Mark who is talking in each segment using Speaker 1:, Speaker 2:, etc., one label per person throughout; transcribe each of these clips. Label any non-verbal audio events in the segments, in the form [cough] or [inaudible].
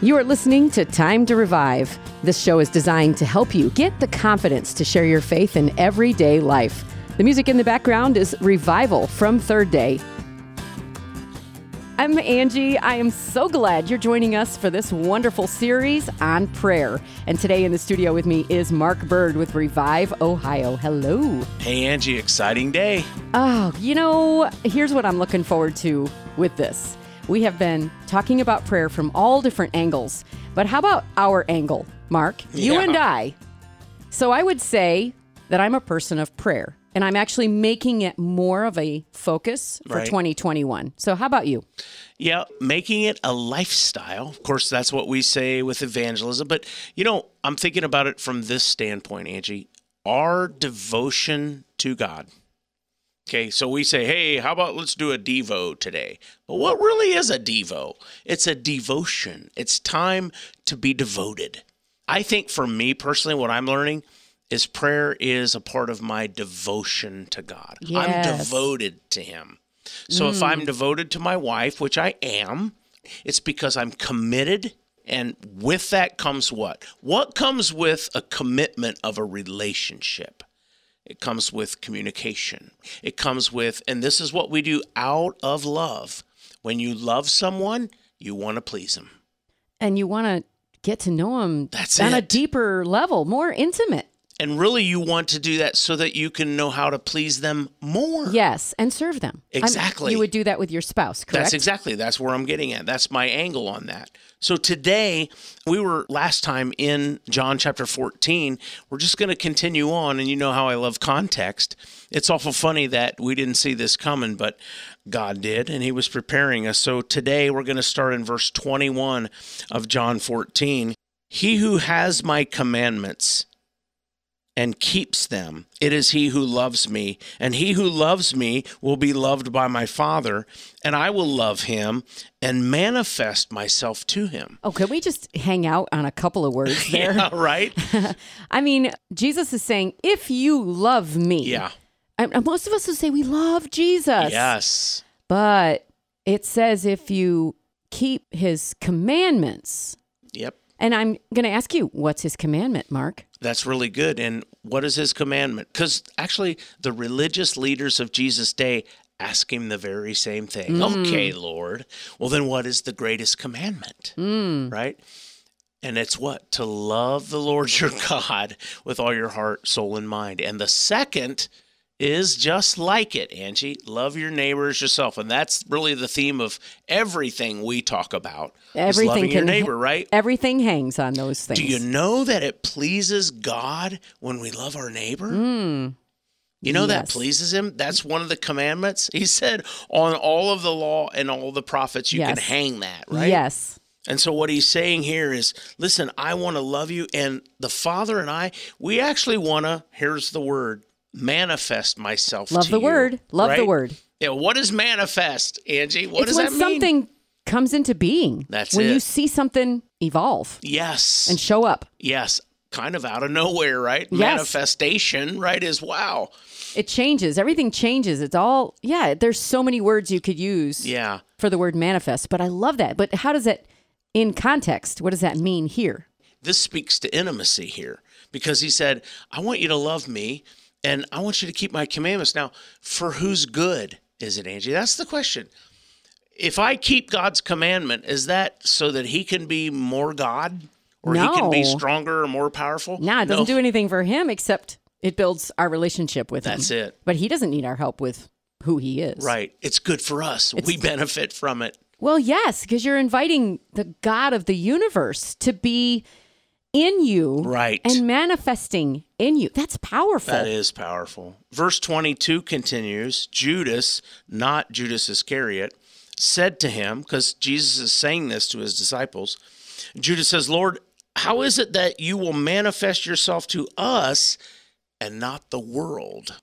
Speaker 1: You are listening to Time to Revive. This show is designed to help you get the confidence to share your faith in everyday life. The music in the background is Revival from Third Day. I'm Angie. I am so glad you're joining us for this wonderful series on prayer. And today in the studio with me is Mark Bird with Revive Ohio. Hello.
Speaker 2: Hey, Angie, exciting day.
Speaker 1: Oh, you know, here's what I'm looking forward to with this. We have been talking about prayer from all different angles, but how about our angle, Mark? You
Speaker 2: Yeah.
Speaker 1: and I. So I would say that I'm a person of prayer, and I'm actually making it more of a focus for
Speaker 2: Right.
Speaker 1: 2021. So, how about you?
Speaker 2: Yeah, making it a lifestyle. Of course, that's what we say with evangelism. But, you know, I'm thinking about it from this standpoint, Angie. Our devotion to God. Okay, so we say, hey, how about let's do a Devo today? But what really is a Devo? It's a devotion, it's time to be devoted. I think for me personally, what I'm learning is prayer is a part of my devotion to God. I'm
Speaker 1: Yes.
Speaker 2: devoted to Him. So if I'm devoted to my wife, which I am, it's because I'm committed. And with that comes what? What comes with a commitment of a relationship? It comes with communication. It comes with, and this is what we do out of love. When you love someone, you want to please them.
Speaker 1: And you want to get to know them
Speaker 2: That's
Speaker 1: on a
Speaker 2: it.
Speaker 1: deeper level, more intimate.
Speaker 2: And really, you want to do that so that you can know how to please them more.
Speaker 1: Yes, and serve them. I'm-
Speaker 2: Exactly.
Speaker 1: you would do that with your spouse, correct?
Speaker 2: That's exactly. That's where I'm getting at. That's my angle on that. So today, we were last time in John chapter 14. We're just going to continue on. And you know how I love context. It's awful funny that we didn't see this coming, but God did, and He was preparing us. So today, we're going to start in verse 21 of John 14. He who has my commandments and keeps them. It is he who loves me, and he who loves me will be loved by my Father, and I will love him and manifest myself to him. [laughs]
Speaker 1: Oh, could we just hang out on a couple of words there?
Speaker 2: Yeah, right?
Speaker 1: I mean, Jesus is saying, if you love me.
Speaker 2: Yeah.
Speaker 1: [laughs] And and most of us would say we love Jesus.
Speaker 2: Yes.
Speaker 1: But it says if you keep his commandments.
Speaker 2: Yep.
Speaker 1: And I'm going to ask you, what's his commandment, Mark?
Speaker 2: That's really good. And what is his commandment? Because actually, the religious leaders of Jesus' day ask him the very same thing.
Speaker 1: Mm.
Speaker 2: Okay, Lord. Well, then what is the greatest commandment?
Speaker 1: Mm.
Speaker 2: Right? And it's what? To love the Lord [laughs] your God with all your heart, soul, and mind. And the second is just like it, Angie. Love your neighbors yourself. And that's really the theme of everything we talk about. is
Speaker 1: Everything
Speaker 2: loving your
Speaker 1: can-
Speaker 2: neighbor, right?
Speaker 1: Everything hangs on those things.
Speaker 2: Do you know that it pleases God when we love our neighbor? You know that
Speaker 1: Hmm. Yes.
Speaker 2: pleases him? That's one of the commandments. He said, on all of the law and all the prophets, you can
Speaker 1: Yes.
Speaker 2: hang that, right?
Speaker 1: Yes.
Speaker 2: And so what he's saying here is, listen, I want to love you. And the Father and I, we actually want to, here's the word, manifest myself
Speaker 1: Love
Speaker 2: to
Speaker 1: the
Speaker 2: you,
Speaker 1: word. Love the
Speaker 2: right?
Speaker 1: word.
Speaker 2: Yeah, what is manifest, Angie? What
Speaker 1: it's
Speaker 2: does
Speaker 1: when
Speaker 2: that mean?
Speaker 1: something comes into being.
Speaker 2: That's
Speaker 1: when you
Speaker 2: it.
Speaker 1: see something evolve
Speaker 2: yes.
Speaker 1: and show up.
Speaker 2: yes, kind of out of nowhere, right?
Speaker 1: Yes.
Speaker 2: Manifestation, right, is wow.
Speaker 1: It changes. Everything changes. It's all yeah, there's so many words you could use.
Speaker 2: Yeah.
Speaker 1: for the word manifest, but I love that. But how does that, in context, what does that mean here?
Speaker 2: This speaks to intimacy here because he said, I want you to love me and I want you to keep my commandments. Now, for whose good is it, Angie? That's the question. If I keep God's commandment, is that so that he can be more God or he can be
Speaker 1: No.
Speaker 2: stronger or more powerful?
Speaker 1: Nah, it doesn't
Speaker 2: no,
Speaker 1: do anything for him except it builds our relationship with him.
Speaker 2: That's it.
Speaker 1: But he doesn't need our help with who he is.
Speaker 2: Right. It's good for us. we benefit from it.
Speaker 1: Well, yes, because you're inviting the God of the universe to be in you
Speaker 2: Right.
Speaker 1: and manifesting in you. That's powerful.
Speaker 2: That is powerful. Verse 22 continues Judas, not Judas Iscariot, said to him, because Jesus is saying this to his disciples, Judas says, Lord, how is it that you will manifest yourself to us and not the world?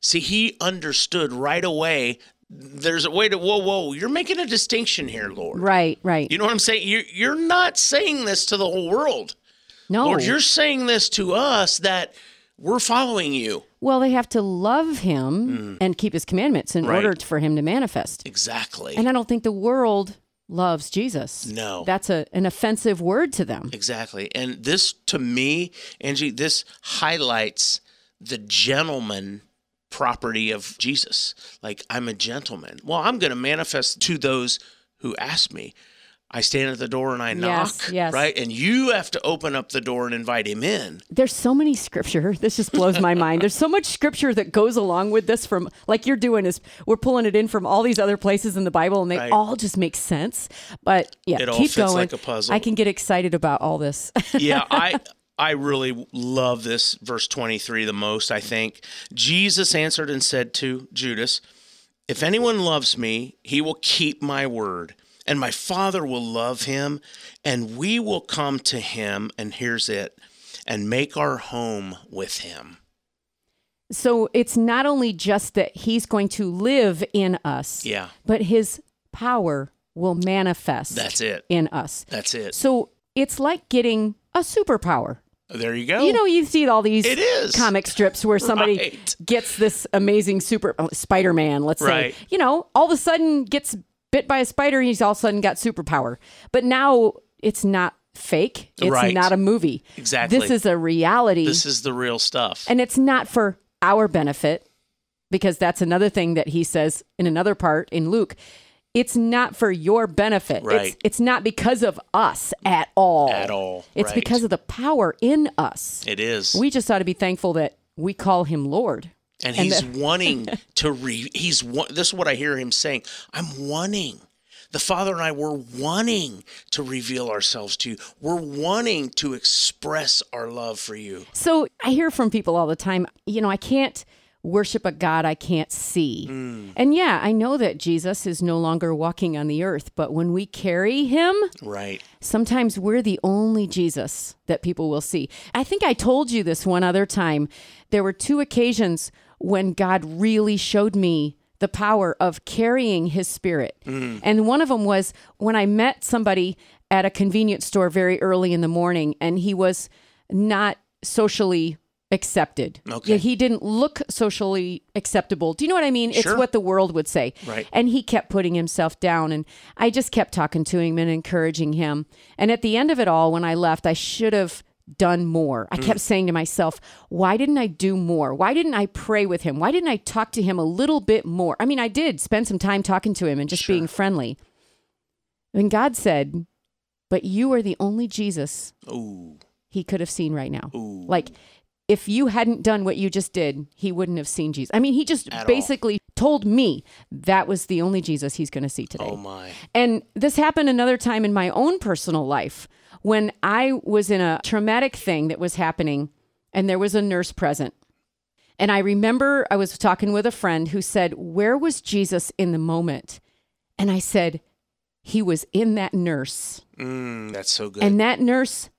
Speaker 2: See, he understood right away. There's a way to, whoa, whoa, you're making a distinction here, Lord.
Speaker 1: Right, right.
Speaker 2: You know what I'm saying? You're, you're not saying this to the whole world.
Speaker 1: no.
Speaker 2: Lord, you're saying this to us that we're following you.
Speaker 1: well, they have to love him and keep his commandments in
Speaker 2: Hmm. Right.
Speaker 1: order for him to manifest.
Speaker 2: Exactly.
Speaker 1: And I don't think the world loves Jesus.
Speaker 2: No.
Speaker 1: That's a, an offensive word to them.
Speaker 2: Exactly. And this, to me, Angie, this highlights the gentleman property of Jesus. Like, I'm a gentleman. Well, I'm going to manifest to those who ask me. I stand at the door and I
Speaker 1: Yes,
Speaker 2: knock,
Speaker 1: yes.
Speaker 2: right? And you have to open up the door and invite him in.
Speaker 1: There's so many scripture. [laughs] This just blows my mind. There's so much scripture that goes along with this from like you're doing is we're pulling it in from all these other places in the Bible and they
Speaker 2: Right.
Speaker 1: all just make sense. But yeah,
Speaker 2: It all
Speaker 1: keep
Speaker 2: fits
Speaker 1: going.
Speaker 2: like a puzzle.
Speaker 1: I can get excited about all this. [laughs]
Speaker 2: yeah, I I really love this verse 23 the most, I think. Jesus answered and said to Judas, "If anyone loves me, he will keep my word, and my Father will love him, and we will come to him, and here's it, and make our home with him."
Speaker 1: so it's not only just that he's going to live in us,
Speaker 2: Yeah.
Speaker 1: but his power will manifest
Speaker 2: That's it.
Speaker 1: in us.
Speaker 2: That's it.
Speaker 1: So it's like getting a superpower.
Speaker 2: There you go.
Speaker 1: You know, you see all these
Speaker 2: Oh. It is.
Speaker 1: comic strips where somebody
Speaker 2: [laughs] Right.
Speaker 1: gets this amazing super oh, Spider-Man, let's
Speaker 2: Right.
Speaker 1: say, you know, all of a sudden gets bit by a spider and he's all of a sudden got superpower. But now it's not fake. It's
Speaker 2: Right.
Speaker 1: not a movie.
Speaker 2: Exactly.
Speaker 1: This is a reality.
Speaker 2: this is the real stuff.
Speaker 1: and it's not for our benefit because that's another thing that he says in another part in Luke. It's not for your benefit. It's,
Speaker 2: Right.
Speaker 1: it's not because of us at all.
Speaker 2: At all.
Speaker 1: It's
Speaker 2: Right.
Speaker 1: because of the power in us.
Speaker 2: It is.
Speaker 1: We just ought to be thankful that we call him Lord.
Speaker 2: and he's
Speaker 1: [laughs]
Speaker 2: wanting to re he's wa- this is what i hear him saying i'm wanting the father and i we're wanting to reveal ourselves to you we're wanting to express our love for you
Speaker 1: So I hear from people all the time, you know, I can't worship a God I can't see. And yeah, I know that Jesus is no longer walking on the earth, but when we carry him,
Speaker 2: right
Speaker 1: sometimes we're the only Jesus that people will see. I think I told you this one other time. There were two occasions when God really showed me the power of carrying his spirit.
Speaker 2: Mm.
Speaker 1: And one of them was when I met somebody at a convenience store very early in the morning and he was not socially accepted.
Speaker 2: Okay.
Speaker 1: Yeah, He didn't look socially acceptable. Do you know what I mean? It's
Speaker 2: Sure.
Speaker 1: what the world would say.
Speaker 2: Right.
Speaker 1: And he kept putting himself down. And I just kept talking to him and encouraging him. And at the end of it all, when I left, I should have done more. I kept saying to myself, why didn't I do more? Why didn't I pray with him? Why didn't I talk to him a little bit more? I mean, I did spend some time talking to him and just being friendly. And God said, but you are the only Jesus
Speaker 2: ooh
Speaker 1: he could have seen right now.
Speaker 2: Ooh.
Speaker 1: Like if you hadn't done what you just did, he wouldn't have seen Jesus. I mean, he just
Speaker 2: At all.
Speaker 1: basically told me that was the only Jesus he's going to see today.
Speaker 2: oh my
Speaker 1: And this happened another time in my own personal life when I was in a traumatic thing that was happening and there was a nurse present. And I remember I was talking with a friend who said, Where was Jesus in the moment? And I said, He was in that nurse.
Speaker 2: mm, that's so good
Speaker 1: And that nurse,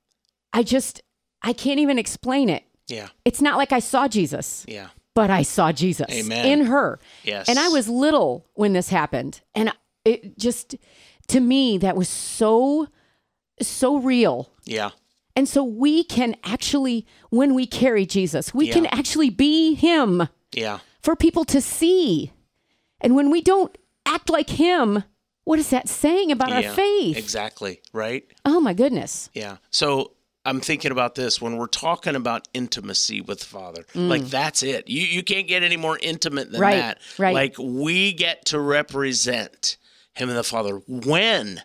Speaker 1: I just, I can't even explain it.
Speaker 2: yeah
Speaker 1: It's not like I saw Jesus,
Speaker 2: yeah
Speaker 1: but I saw Jesus
Speaker 2: Amen.
Speaker 1: in her.
Speaker 2: Yes.
Speaker 1: And I was little when this happened. And it just, to me, that was so, so real.
Speaker 2: yeah
Speaker 1: And so we can actually, when we carry Jesus, we
Speaker 2: Yeah.
Speaker 1: can actually be Him
Speaker 2: yeah
Speaker 1: for people to see. And when we don't act like Him, what is that saying about
Speaker 2: yeah
Speaker 1: our faith?
Speaker 2: exactly right
Speaker 1: oh my goodness.
Speaker 2: Yeah. So I'm thinking about this when we're talking about intimacy with the Father. Like that's it. You you can't get any more intimate than
Speaker 1: Mm. Right,
Speaker 2: that.
Speaker 1: right.
Speaker 2: Like we get to represent Him and the Father when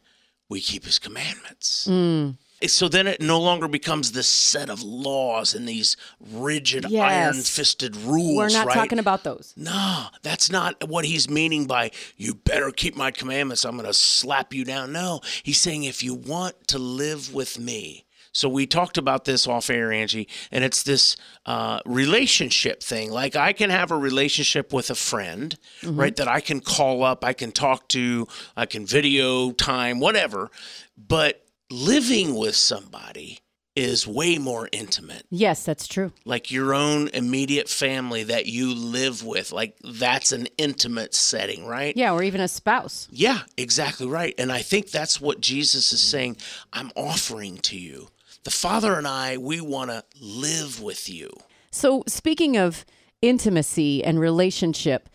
Speaker 2: we keep His commandments.
Speaker 1: Mm.
Speaker 2: So then it no longer becomes this set of laws and these rigid,
Speaker 1: Yes.
Speaker 2: iron-fisted rules.
Speaker 1: We're not
Speaker 2: right?
Speaker 1: talking about those.
Speaker 2: No, that's not what he's meaning by you better keep my commandments. I'm going to slap you down. No, he's saying if you want to live with me. So we talked about this off air, Angie, and it's this uh, relationship thing. Like I can have a relationship with a friend, right? That I can call up, I can talk to, I can video time, whatever. But living with somebody is way more intimate
Speaker 1: Yes, that's true.
Speaker 2: like your own immediate family that you live with. Like that's an intimate setting, right?
Speaker 1: Yeah, or even a spouse.
Speaker 2: Yeah, exactly right. And I think that's what Jesus is saying I'm offering to you. The Father and I, we want to live with you.
Speaker 1: So, speaking of intimacy and relationship,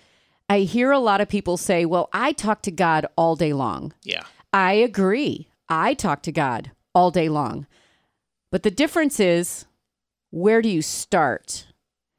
Speaker 1: I hear a lot of people say, Well, I talk to God all day long.
Speaker 2: Yeah.
Speaker 1: I agree. I talk to God all day long. But the difference is where do you start?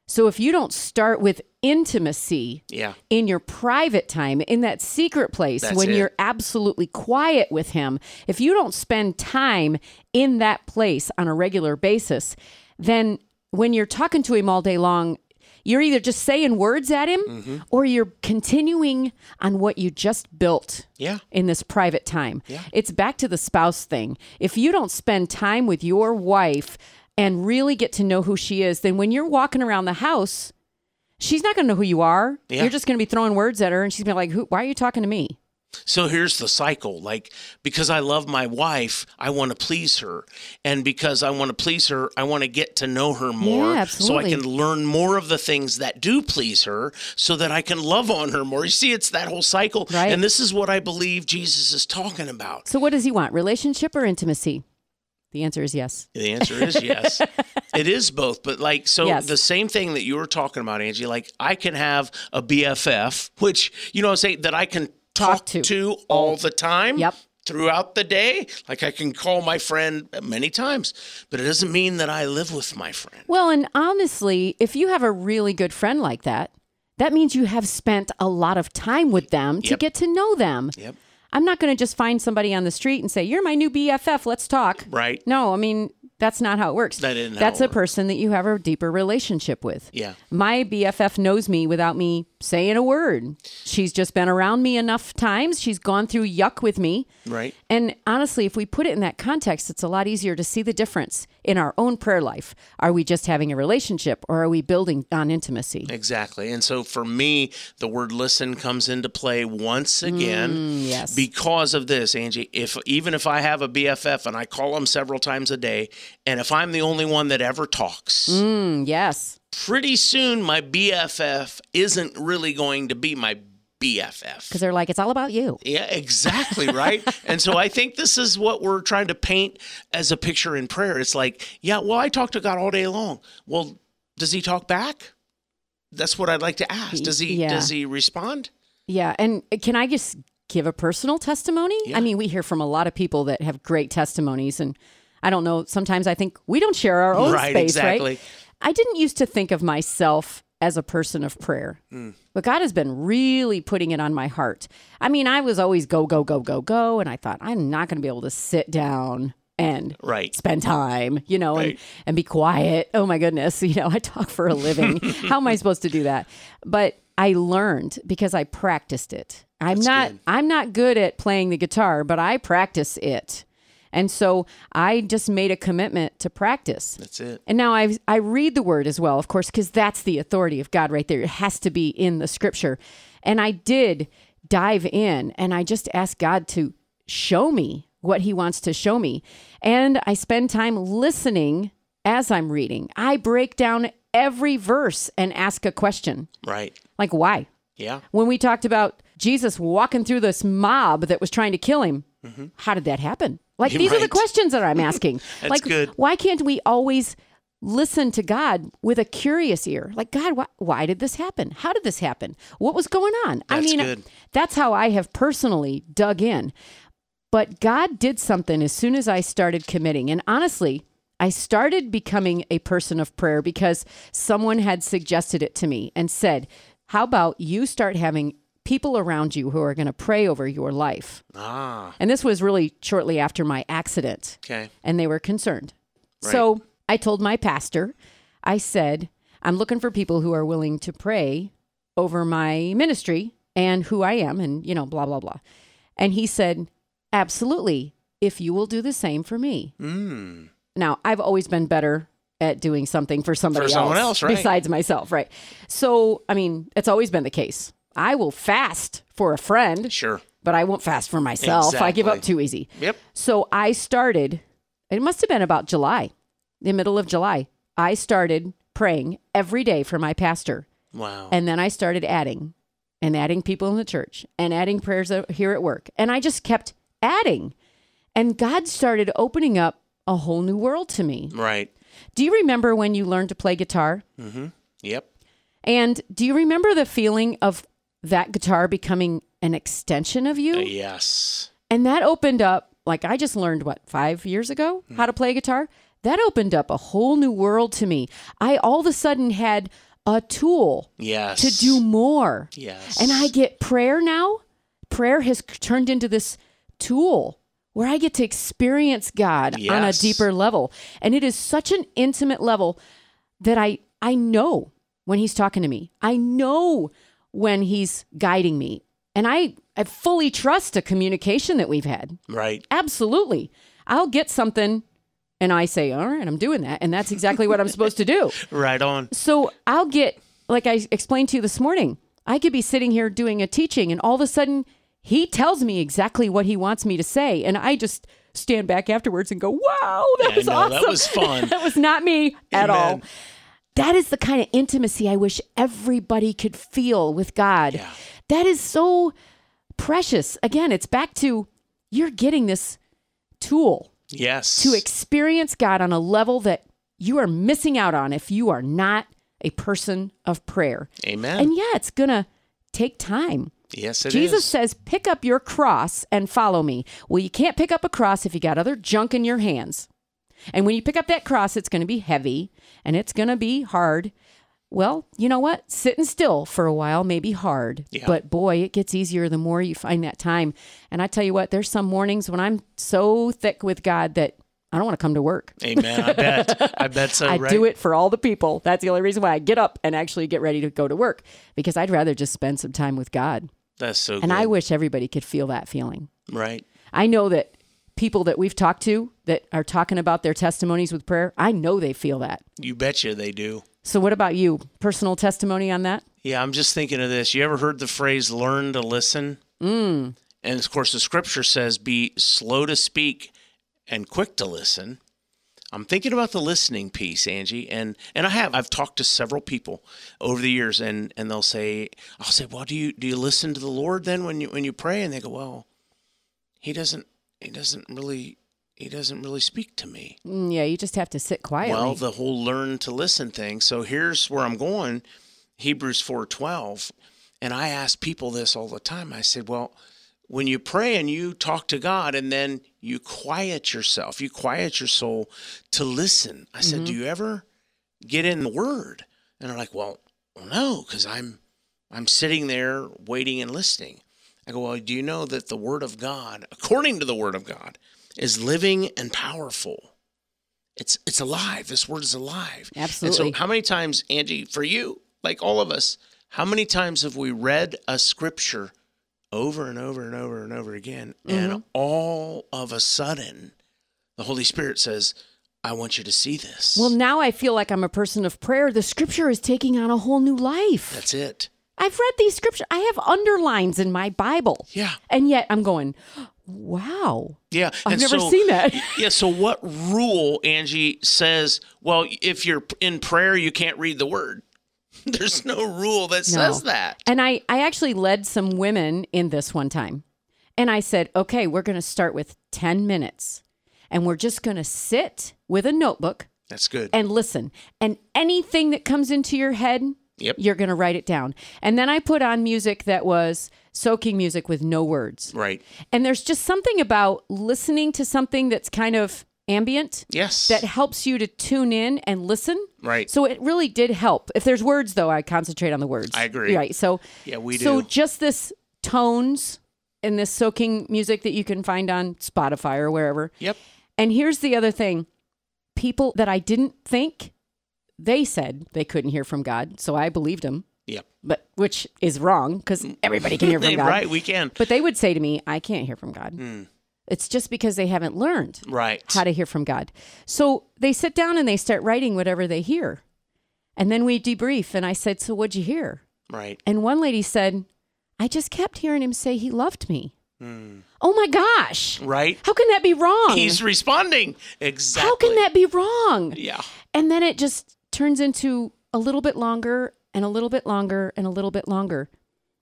Speaker 1: So if you don't start with intimacy
Speaker 2: Yeah.
Speaker 1: in your private time, in that secret place
Speaker 2: That's
Speaker 1: when
Speaker 2: it.
Speaker 1: you're absolutely quiet with Him, if you don't spend time in that place on a regular basis, then when you're talking to Him all day long, you're either just saying words at Him
Speaker 2: Mm-hmm.
Speaker 1: or you're continuing on what you just built
Speaker 2: Yeah.
Speaker 1: in this private time. It's back to the spouse thing. If you don't spend time with your wife and really get to know who she is, then when you're walking around the house, she's not going to know who you are.
Speaker 2: Yeah.
Speaker 1: You're just going to be throwing words at her and she's going to be like, who, why are you talking to me?
Speaker 2: So here's the cycle. Like, because I love my wife, I want to please her. And because I want to please her, I want to get to know her more.
Speaker 1: Yeah,
Speaker 2: so I
Speaker 1: absolutely.
Speaker 2: can learn more of the things that do please her so that I can love on her more. You see, it's that whole cycle.
Speaker 1: Right.
Speaker 2: And this is what I believe Jesus is talking about.
Speaker 1: So what does he want? Relationship or intimacy? The answer is yes.
Speaker 2: The answer
Speaker 1: [laughs]
Speaker 2: is yes. it is both. But like, so
Speaker 1: Yes.
Speaker 2: the same thing that you were talking about, Angie, like I can have a BFF, which, you know what I'm saying, that I can talk,
Speaker 1: Talk
Speaker 2: to.
Speaker 1: to.
Speaker 2: all the time.
Speaker 1: Yep.
Speaker 2: Throughout the day, like I can call my friend many times, but it doesn't mean that I live with my friend.
Speaker 1: Well, and honestly, if you have a really good friend like that, that means you have spent a lot of time with them to
Speaker 2: Yep.
Speaker 1: get to know them.
Speaker 2: Yep.
Speaker 1: I'm not going to just find somebody on the street and say, "You're my new BFF. Let's talk."
Speaker 2: Right.
Speaker 1: No, I mean that's not how it works.
Speaker 2: That isn't how
Speaker 1: that's
Speaker 2: it
Speaker 1: a person that you have a deeper relationship with.
Speaker 2: Yeah.
Speaker 1: My BFF knows me without me saying a word. She's just been around me enough times. She's gone through yuck with me.
Speaker 2: Right.
Speaker 1: And honestly, if we put it in that context, it's a lot easier to see the difference in our own prayer life. Are we just having a relationship or are we building on intimacy?
Speaker 2: Exactly. And so for me, the word listen comes into play once again
Speaker 1: Mm. yes.
Speaker 2: because of this, Angie. If even if I have a BFF and I call them several times a day, and if I'm the only one that ever talks,
Speaker 1: Mm, yes.
Speaker 2: pretty soon my BFF isn't really going to be my BFF.
Speaker 1: Because they're like, it's all about you.
Speaker 2: Yeah, exactly, right?
Speaker 1: [laughs]
Speaker 2: and so I think this is what we're trying to paint as a picture in prayer. It's like, yeah, well, I talk to God all day long. Well, does he talk back? That's what I'd like to ask. Does he
Speaker 1: Yeah.
Speaker 2: does he respond?
Speaker 1: Yeah, and can I just give a personal testimony?
Speaker 2: Yeah.
Speaker 1: I mean, we hear from a lot of people that have great testimonies, and I don't know. Sometimes I think we don't share our own
Speaker 2: Right,
Speaker 1: space,
Speaker 2: exactly.
Speaker 1: right? I didn't used to think of myself as a person of prayer,
Speaker 2: Hmm.
Speaker 1: but God has been really putting it on my heart. I mean, I was always go, go, go, go, go, and I thought I'm not going to be able to sit down and
Speaker 2: Right.
Speaker 1: spend time, you know,
Speaker 2: Right.
Speaker 1: and, and be quiet. Oh my goodness, [laughs] you know, I talk for a
Speaker 2: [laughs]
Speaker 1: living. How am I supposed to do that? But I learned because I practiced it. I'm not I'm not good at playing the guitar, but I practice it. And so I just made a commitment to practice.
Speaker 2: That's it.
Speaker 1: And now I I read the word as well, of course, because that's the authority of God right there. It has to be in the scripture. And I did dive in and I just asked God to show me what he wants to show me. And I spend time listening as I'm reading. I break down every verse and ask a question
Speaker 2: Right.
Speaker 1: like, why?
Speaker 2: Yeah.
Speaker 1: When we talked about Jesus walking through this mob that was trying to kill him, how did that happen? Like, these are the
Speaker 2: right.
Speaker 1: questions that
Speaker 2: [laughs]
Speaker 1: I'm asking.
Speaker 2: That's
Speaker 1: like,
Speaker 2: good.
Speaker 1: why can't we always listen to God with a curious ear? Like, God, why, why did this happen? How did this happen? What was going on? I
Speaker 2: That's
Speaker 1: mean,
Speaker 2: good.
Speaker 1: that's how I have personally dug in. But God did something as soon as I started committing. And honestly, I started becoming a person of prayer because someone had suggested it to me and said, How about you start having people around you who are going to pray over your life?
Speaker 2: Ah.
Speaker 1: And this was really shortly after my accident
Speaker 2: Okay.
Speaker 1: and they were concerned. So I told my pastor, I said, I'm looking for people who are willing to pray over my ministry and who I am, and, you know, blah, blah, blah. And he said, Absolutely, if you will do the same for me.
Speaker 2: Mm.
Speaker 1: Now, I've always been better at doing something for somebody
Speaker 2: For someone else, right.
Speaker 1: besides myself, right? So, I mean, it's always been the case. I will fast for a friend,
Speaker 2: Sure.
Speaker 1: but I won't fast for myself. I give up
Speaker 2: Exactly.
Speaker 1: too easy.
Speaker 2: Yep.
Speaker 1: So I started, it must have been about July, the middle of July. I started praying every day for my pastor.
Speaker 2: Wow.
Speaker 1: And then I started adding and adding people in the church and adding prayers o- here at work. And I just kept adding. And God started opening up a whole new world to me.
Speaker 2: right.
Speaker 1: Do you remember when you learned to play guitar?
Speaker 2: Yep.
Speaker 1: And do you
Speaker 2: Uh,
Speaker 1: remember the feeling of that guitar becoming an extension of you?
Speaker 2: Yes.
Speaker 1: And that opened up, like, I just learned what, five years ago, how to play guitar. That opened up a whole new world to me. I all of a sudden had a tool
Speaker 2: Yes.
Speaker 1: to do more.
Speaker 2: Yes.
Speaker 1: And I get prayer now. Prayer has c- turned into this tool where I get to experience God on a
Speaker 2: Yes.
Speaker 1: deeper level. And it is such an intimate level that I I know when he's talking to me. I know when he's guiding me. And I I fully trust a communication that we've had.
Speaker 2: Right.
Speaker 1: Absolutely. I'll get something and I say, "All right, I'm doing that." And that's exactly what I'm supposed to
Speaker 2: [laughs]
Speaker 1: do.
Speaker 2: Right on.
Speaker 1: So I'll get, like I explained to you this morning, I could be sitting here doing a teaching and all of a sudden he tells me exactly what he wants me to say. And I just stand back afterwards and go, wow, that
Speaker 2: Yeah, I
Speaker 1: was
Speaker 2: know,
Speaker 1: awesome.
Speaker 2: that was fun.
Speaker 1: [laughs] that was not me at all.
Speaker 2: Amen.
Speaker 1: That is the kind of intimacy I wish everybody could feel with God.
Speaker 2: Yeah.
Speaker 1: That is so precious. Again, it's back to you're getting this tool
Speaker 2: Yes.
Speaker 1: to experience God on a level that you are missing out on if you are not a person of prayer.
Speaker 2: Amen.
Speaker 1: And yeah, it's going to take time.
Speaker 2: yes, it is.
Speaker 1: Jesus says, Pick up your cross and follow me. Well, you can't pick up a cross if you got other junk in your hands. And when you pick up that cross, it's going to be heavy and it's going to be hard. Well, you know what? Sitting still for a while may be hard,
Speaker 2: Yeah.
Speaker 1: but boy, it gets easier the more you find that time. And I tell you what, there's some mornings when I'm so thick with God that I don't want to come to work.
Speaker 2: Amen. I bet. I bet so.
Speaker 1: I
Speaker 2: right?
Speaker 1: do it for all the people. That's the only reason why I get up and actually get ready to go to work because I'd rather just spend some time with God.
Speaker 2: That's so.
Speaker 1: And I
Speaker 2: good.
Speaker 1: wish everybody could feel that feeling.
Speaker 2: Right.
Speaker 1: I know that people that we've talked to that are talking about their testimonies with prayer, I know they feel that.
Speaker 2: You betcha they do.
Speaker 1: So, what about you? Personal testimony on that?
Speaker 2: Yeah, I'm just thinking of this. You ever heard the phrase "learn to listen"? Mm. And of course, the scripture says, "Be slow to speak and quick to listen." I'm thinking about the listening piece, Angie, and and I have I've talked to several people over the years, and and they'll say, I'll say, "Well, do you do you listen to the Lord then when you when you pray?" And they go, "Well, he doesn't he doesn't really he doesn't really speak to me."
Speaker 1: Mm, yeah, you just have to sit quietly.
Speaker 2: Well, the whole learn to listen thing. So here's where I'm going, Hebrews 4:12, and I ask people this all the time. I said, "Well, when you pray and you talk to God and then you quiet yourself, you quiet your soul to listen." I said, "Do you ever get in the word?" And they're like, "Well, no, cuz I'm I'm sitting there waiting and listening." I go, "Well, do you know that the word of God, according to the word of God, is living and powerful?" It's it's alive. This word is alive.
Speaker 1: Absolutely.
Speaker 2: And so how many times, Angie, for you, like all of us, how many times have we read a scripture over and over and over and over again?
Speaker 1: Mm-hmm.
Speaker 2: And all of a sudden, the Holy Spirit says, I want you to see this.
Speaker 1: Well, now I feel like I'm a person of prayer. The scripture is taking on a whole new life.
Speaker 2: that's it.
Speaker 1: I've read these scriptures. I have underlines in my Bible.
Speaker 2: Yeah.
Speaker 1: And yet I'm going, wow,
Speaker 2: Yeah.
Speaker 1: I've
Speaker 2: and
Speaker 1: never
Speaker 2: so-
Speaker 1: seen that.
Speaker 2: Yeah. So, what rule, Angie, says, well, if you're in prayer, you can't read the word? [laughs] There's no rule that says that.
Speaker 1: And I, I actually led some women in this one time. And I said, okay, we're going to start with 10 minutes. And we're just going to sit with a notebook
Speaker 2: That's good.
Speaker 1: and listen. And anything that comes into your head,
Speaker 2: Yep.
Speaker 1: you're going to write it down. And then I put on music that was soaking music with no words.
Speaker 2: right.
Speaker 1: And there's just something about listening to something that's kind of ambient
Speaker 2: Yes.
Speaker 1: that helps you to tune in and listen.
Speaker 2: Right.
Speaker 1: So it really did help. If there's words though, I concentrate on the words.
Speaker 2: I agree.
Speaker 1: Right. So
Speaker 2: Yeah, we
Speaker 1: So
Speaker 2: do.
Speaker 1: just this tones and this soaking music that you can find on Spotify or wherever.
Speaker 2: Yep.
Speaker 1: And here's the other thing. People that I didn't think they said they couldn't hear from God, so I believed them,
Speaker 2: Yep.
Speaker 1: [laughs] but which is wrong because everybody can
Speaker 2: [laughs]
Speaker 1: hear from God.
Speaker 2: Right. We can.
Speaker 1: But they would say to me, I can't hear from God.
Speaker 2: Hmm.
Speaker 1: It's just because they haven't learned
Speaker 2: Right.
Speaker 1: how to hear from God. So they sit down and they start writing whatever they hear. And then we debrief. And I said, So what'd you hear?
Speaker 2: Right.
Speaker 1: And one lady said, I just kept hearing him say he loved me. Oh my gosh.
Speaker 2: Right.
Speaker 1: How can that be wrong?
Speaker 2: Hmm. He's responding. Exactly.
Speaker 1: Um, how can that be wrong?
Speaker 2: Yeah.
Speaker 1: And then it just turns into a little bit longer and a little bit longer and a little bit longer.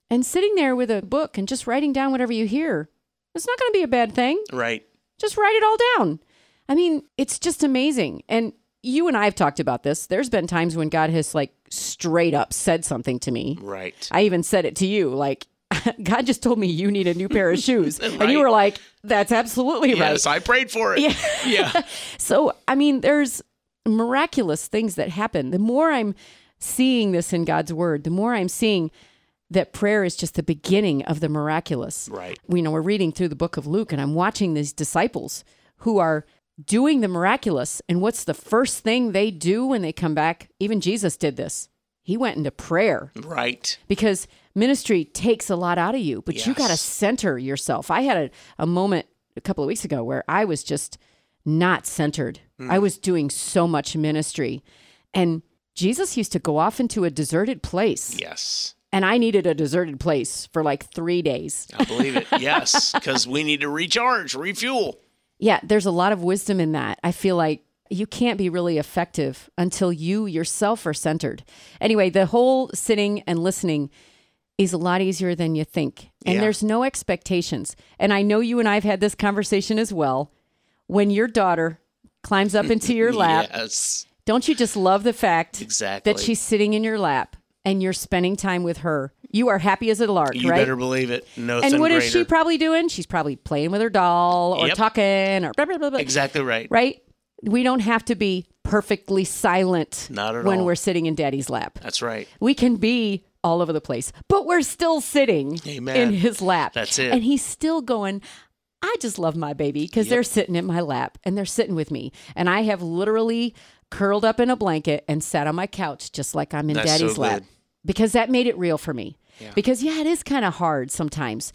Speaker 1: And sitting there with a book and just writing down whatever you hear, it's not going to be a bad thing.
Speaker 2: Right.
Speaker 1: Just write it all down. I mean, it's just amazing. And you and I have talked about this. There's been times when God has like straight up said something to me.
Speaker 2: Right.
Speaker 1: I even said it to you, like, [laughs] God just told me you need a new pair
Speaker 2: [laughs]
Speaker 1: of shoes. And
Speaker 2: Right.
Speaker 1: you were like, that's absolutely right.
Speaker 2: Yes, I prayed for it. Yeah.
Speaker 1: [laughs] So, I mean, there's miraculous things that happen. The more I'm seeing this in God's word, the more I'm seeing that prayer is just the beginning of the miraculous.
Speaker 2: Right.
Speaker 1: We know we're reading through the book of Luke and I'm watching these disciples who are doing the miraculous. And what's the first thing they do when they come back? Even Jesus did this. He went into prayer
Speaker 2: Right.
Speaker 1: because ministry takes a lot out of you, but you got to
Speaker 2: Yes.
Speaker 1: center yourself. I had a, a moment a couple of weeks ago where I was just not centered. I was doing so much ministry. And Jesus used to go off into a deserted place,
Speaker 2: Yes.
Speaker 1: and I needed a deserted place for like three days.
Speaker 2: I believe it. Yes. Because we need to recharge, refuel.
Speaker 1: Yeah, there's a lot of wisdom in that. I feel like you can't be really effective until you yourself are centered. Anyway, the whole sitting and listening is a lot easier than you think. And
Speaker 2: Yeah.
Speaker 1: there's no expectations. And I know you and I've had this conversation as well. When your daughter climbs up into your lap,
Speaker 2: Yes.
Speaker 1: don't you just love the fact
Speaker 2: Exactly.
Speaker 1: that she's sitting in your lap and you're spending time with her? You are happy as a lark,
Speaker 2: You
Speaker 1: right?
Speaker 2: better believe it. No.
Speaker 1: and what
Speaker 2: greater.
Speaker 1: is she probably doing? She's probably playing with her doll or
Speaker 2: Yep.
Speaker 1: talking or blah, blah, blah, blah
Speaker 2: Exactly right.
Speaker 1: right? We don't have to be perfectly silent
Speaker 2: Not at
Speaker 1: when
Speaker 2: all.
Speaker 1: we're sitting in daddy's lap.
Speaker 2: That's right.
Speaker 1: We can be all over the place, but we're still sitting
Speaker 2: Amen.
Speaker 1: in his lap.
Speaker 2: That's it.
Speaker 1: And he's still going, I just love my baby because they're sitting in my lap and they're sitting with me. And I have literally curled up in a blanket and sat on my couch just like I'm in
Speaker 2: That's so
Speaker 1: daddy's lap
Speaker 2: good.
Speaker 1: because that made it real for me. Because, yeah, it is kind of hard sometimes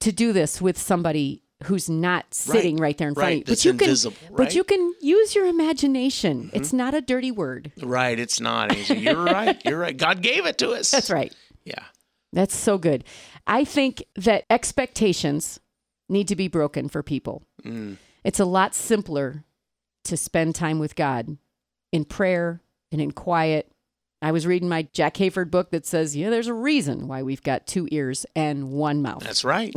Speaker 1: to do this with somebody who's not sitting right, there in front
Speaker 2: Right,
Speaker 1: of you.
Speaker 2: that's
Speaker 1: you can,
Speaker 2: invisible,
Speaker 1: but
Speaker 2: right? Mm-hmm.
Speaker 1: you can use your imagination. It's not a dirty word.
Speaker 2: Right. It's not. Angie. You're right. You're right. God gave it to us.
Speaker 1: That's right.
Speaker 2: Yeah.
Speaker 1: That's so good. I think that expectations need to be broken for people.
Speaker 2: Mm.
Speaker 1: It's a lot simpler to spend time with God in prayer and in quiet. I was reading my Jack Hayford book that says, you know, there's a reason why we've got two ears and one mouth.
Speaker 2: That's right.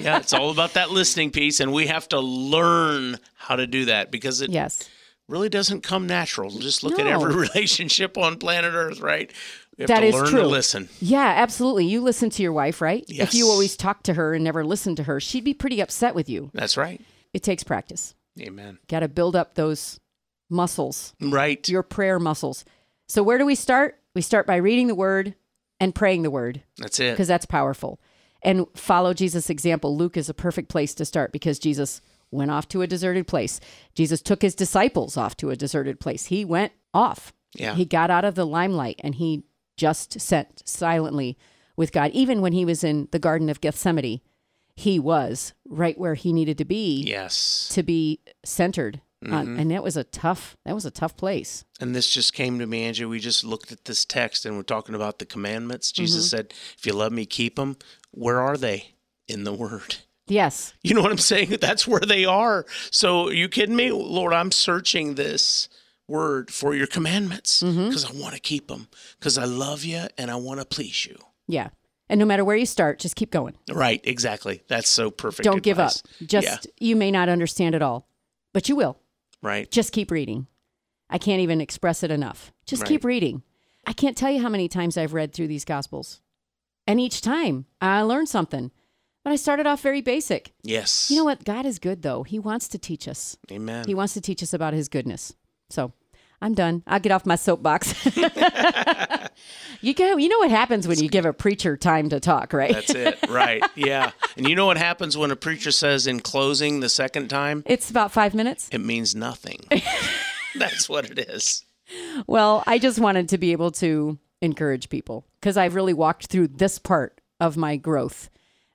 Speaker 2: yeah. It's all about that listening piece. And we have to learn how to do that because it
Speaker 1: yes.
Speaker 2: really doesn't come natural. Just look at
Speaker 1: No.
Speaker 2: every [laughs] relationship on planet Earth, right? We have
Speaker 1: That
Speaker 2: to
Speaker 1: is
Speaker 2: learn
Speaker 1: true.
Speaker 2: to listen.
Speaker 1: Yeah, absolutely. You listen to your wife, right? If you
Speaker 2: Yes.
Speaker 1: always talk to her and never listen to her, she'd be pretty upset with you.
Speaker 2: That's right.
Speaker 1: It takes practice.
Speaker 2: Amen.
Speaker 1: Got to build up those muscles.
Speaker 2: Right.
Speaker 1: your prayer muscles. So where do we start? We start by reading the word and praying the word
Speaker 2: That's it.
Speaker 1: because that's powerful. And follow Jesus' example. Luke is a perfect place to start because Jesus went off to a deserted place. Jesus took his disciples off to a deserted place. He went off.
Speaker 2: Yeah.
Speaker 1: He got out of the limelight and he just sat silently with God. Even when he was in the Garden of Gethsemane, he was right where he needed to be
Speaker 2: Yes.
Speaker 1: to be centered. On, and that was a tough that was a tough place.
Speaker 2: And this just came to me, Angie. We just looked at this text and we're talking about the commandments. Jesus
Speaker 1: Mm-hmm.
Speaker 2: said, If you love me, keep them. Where are they? In the word. [laughs]
Speaker 1: Yes.
Speaker 2: You know what I'm saying? [laughs] That's where they are. So, are you kidding me? Lord, I'm searching this word for your commandments
Speaker 1: Mm-hmm.
Speaker 2: because I want to keep them because I love you and I want to please you.
Speaker 1: Yeah. And no matter where you start, just keep going.
Speaker 2: Right, exactly. That's so perfect.
Speaker 1: Don't give up.
Speaker 2: advice.
Speaker 1: Just
Speaker 2: Yeah,
Speaker 1: you may not understand it all, but you will.
Speaker 2: right.
Speaker 1: Just keep reading. I can't even express it enough. Just keep reading. I can't tell you how many times I've read through these gospels. And each time I learned something. But I started off very basic.
Speaker 2: Yes.
Speaker 1: You know what? God is good though. He wants to teach us.
Speaker 2: Amen.
Speaker 1: He wants to teach us about his goodness. So I'm done. I'll get off my
Speaker 2: [laughs]
Speaker 1: soapbox. [laughs] you go you know what happens when you give a preacher time to talk, right?
Speaker 2: That's it. Right. Yeah. And you know what happens when a preacher says in closing the second time?
Speaker 1: it's about five minutes.
Speaker 2: It means nothing. That's what it is.
Speaker 1: Well, I just wanted to be able to encourage people because I've really walked through this part of my growth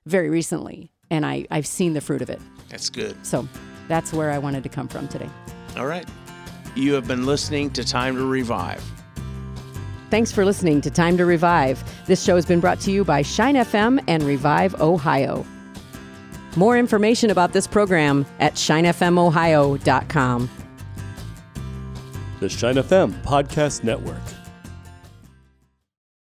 Speaker 1: very recently and I, I've seen the fruit of it.
Speaker 2: That's good.
Speaker 1: So that's where I wanted to come from today.
Speaker 2: All right. You have been listening to Time to Revive.
Speaker 1: Thanks for listening to Time to Revive. This show has been brought to you by Shine FM and Revive Ohio. More information about this program at shinefmohio.com.
Speaker 3: The Shine FM Podcast Network.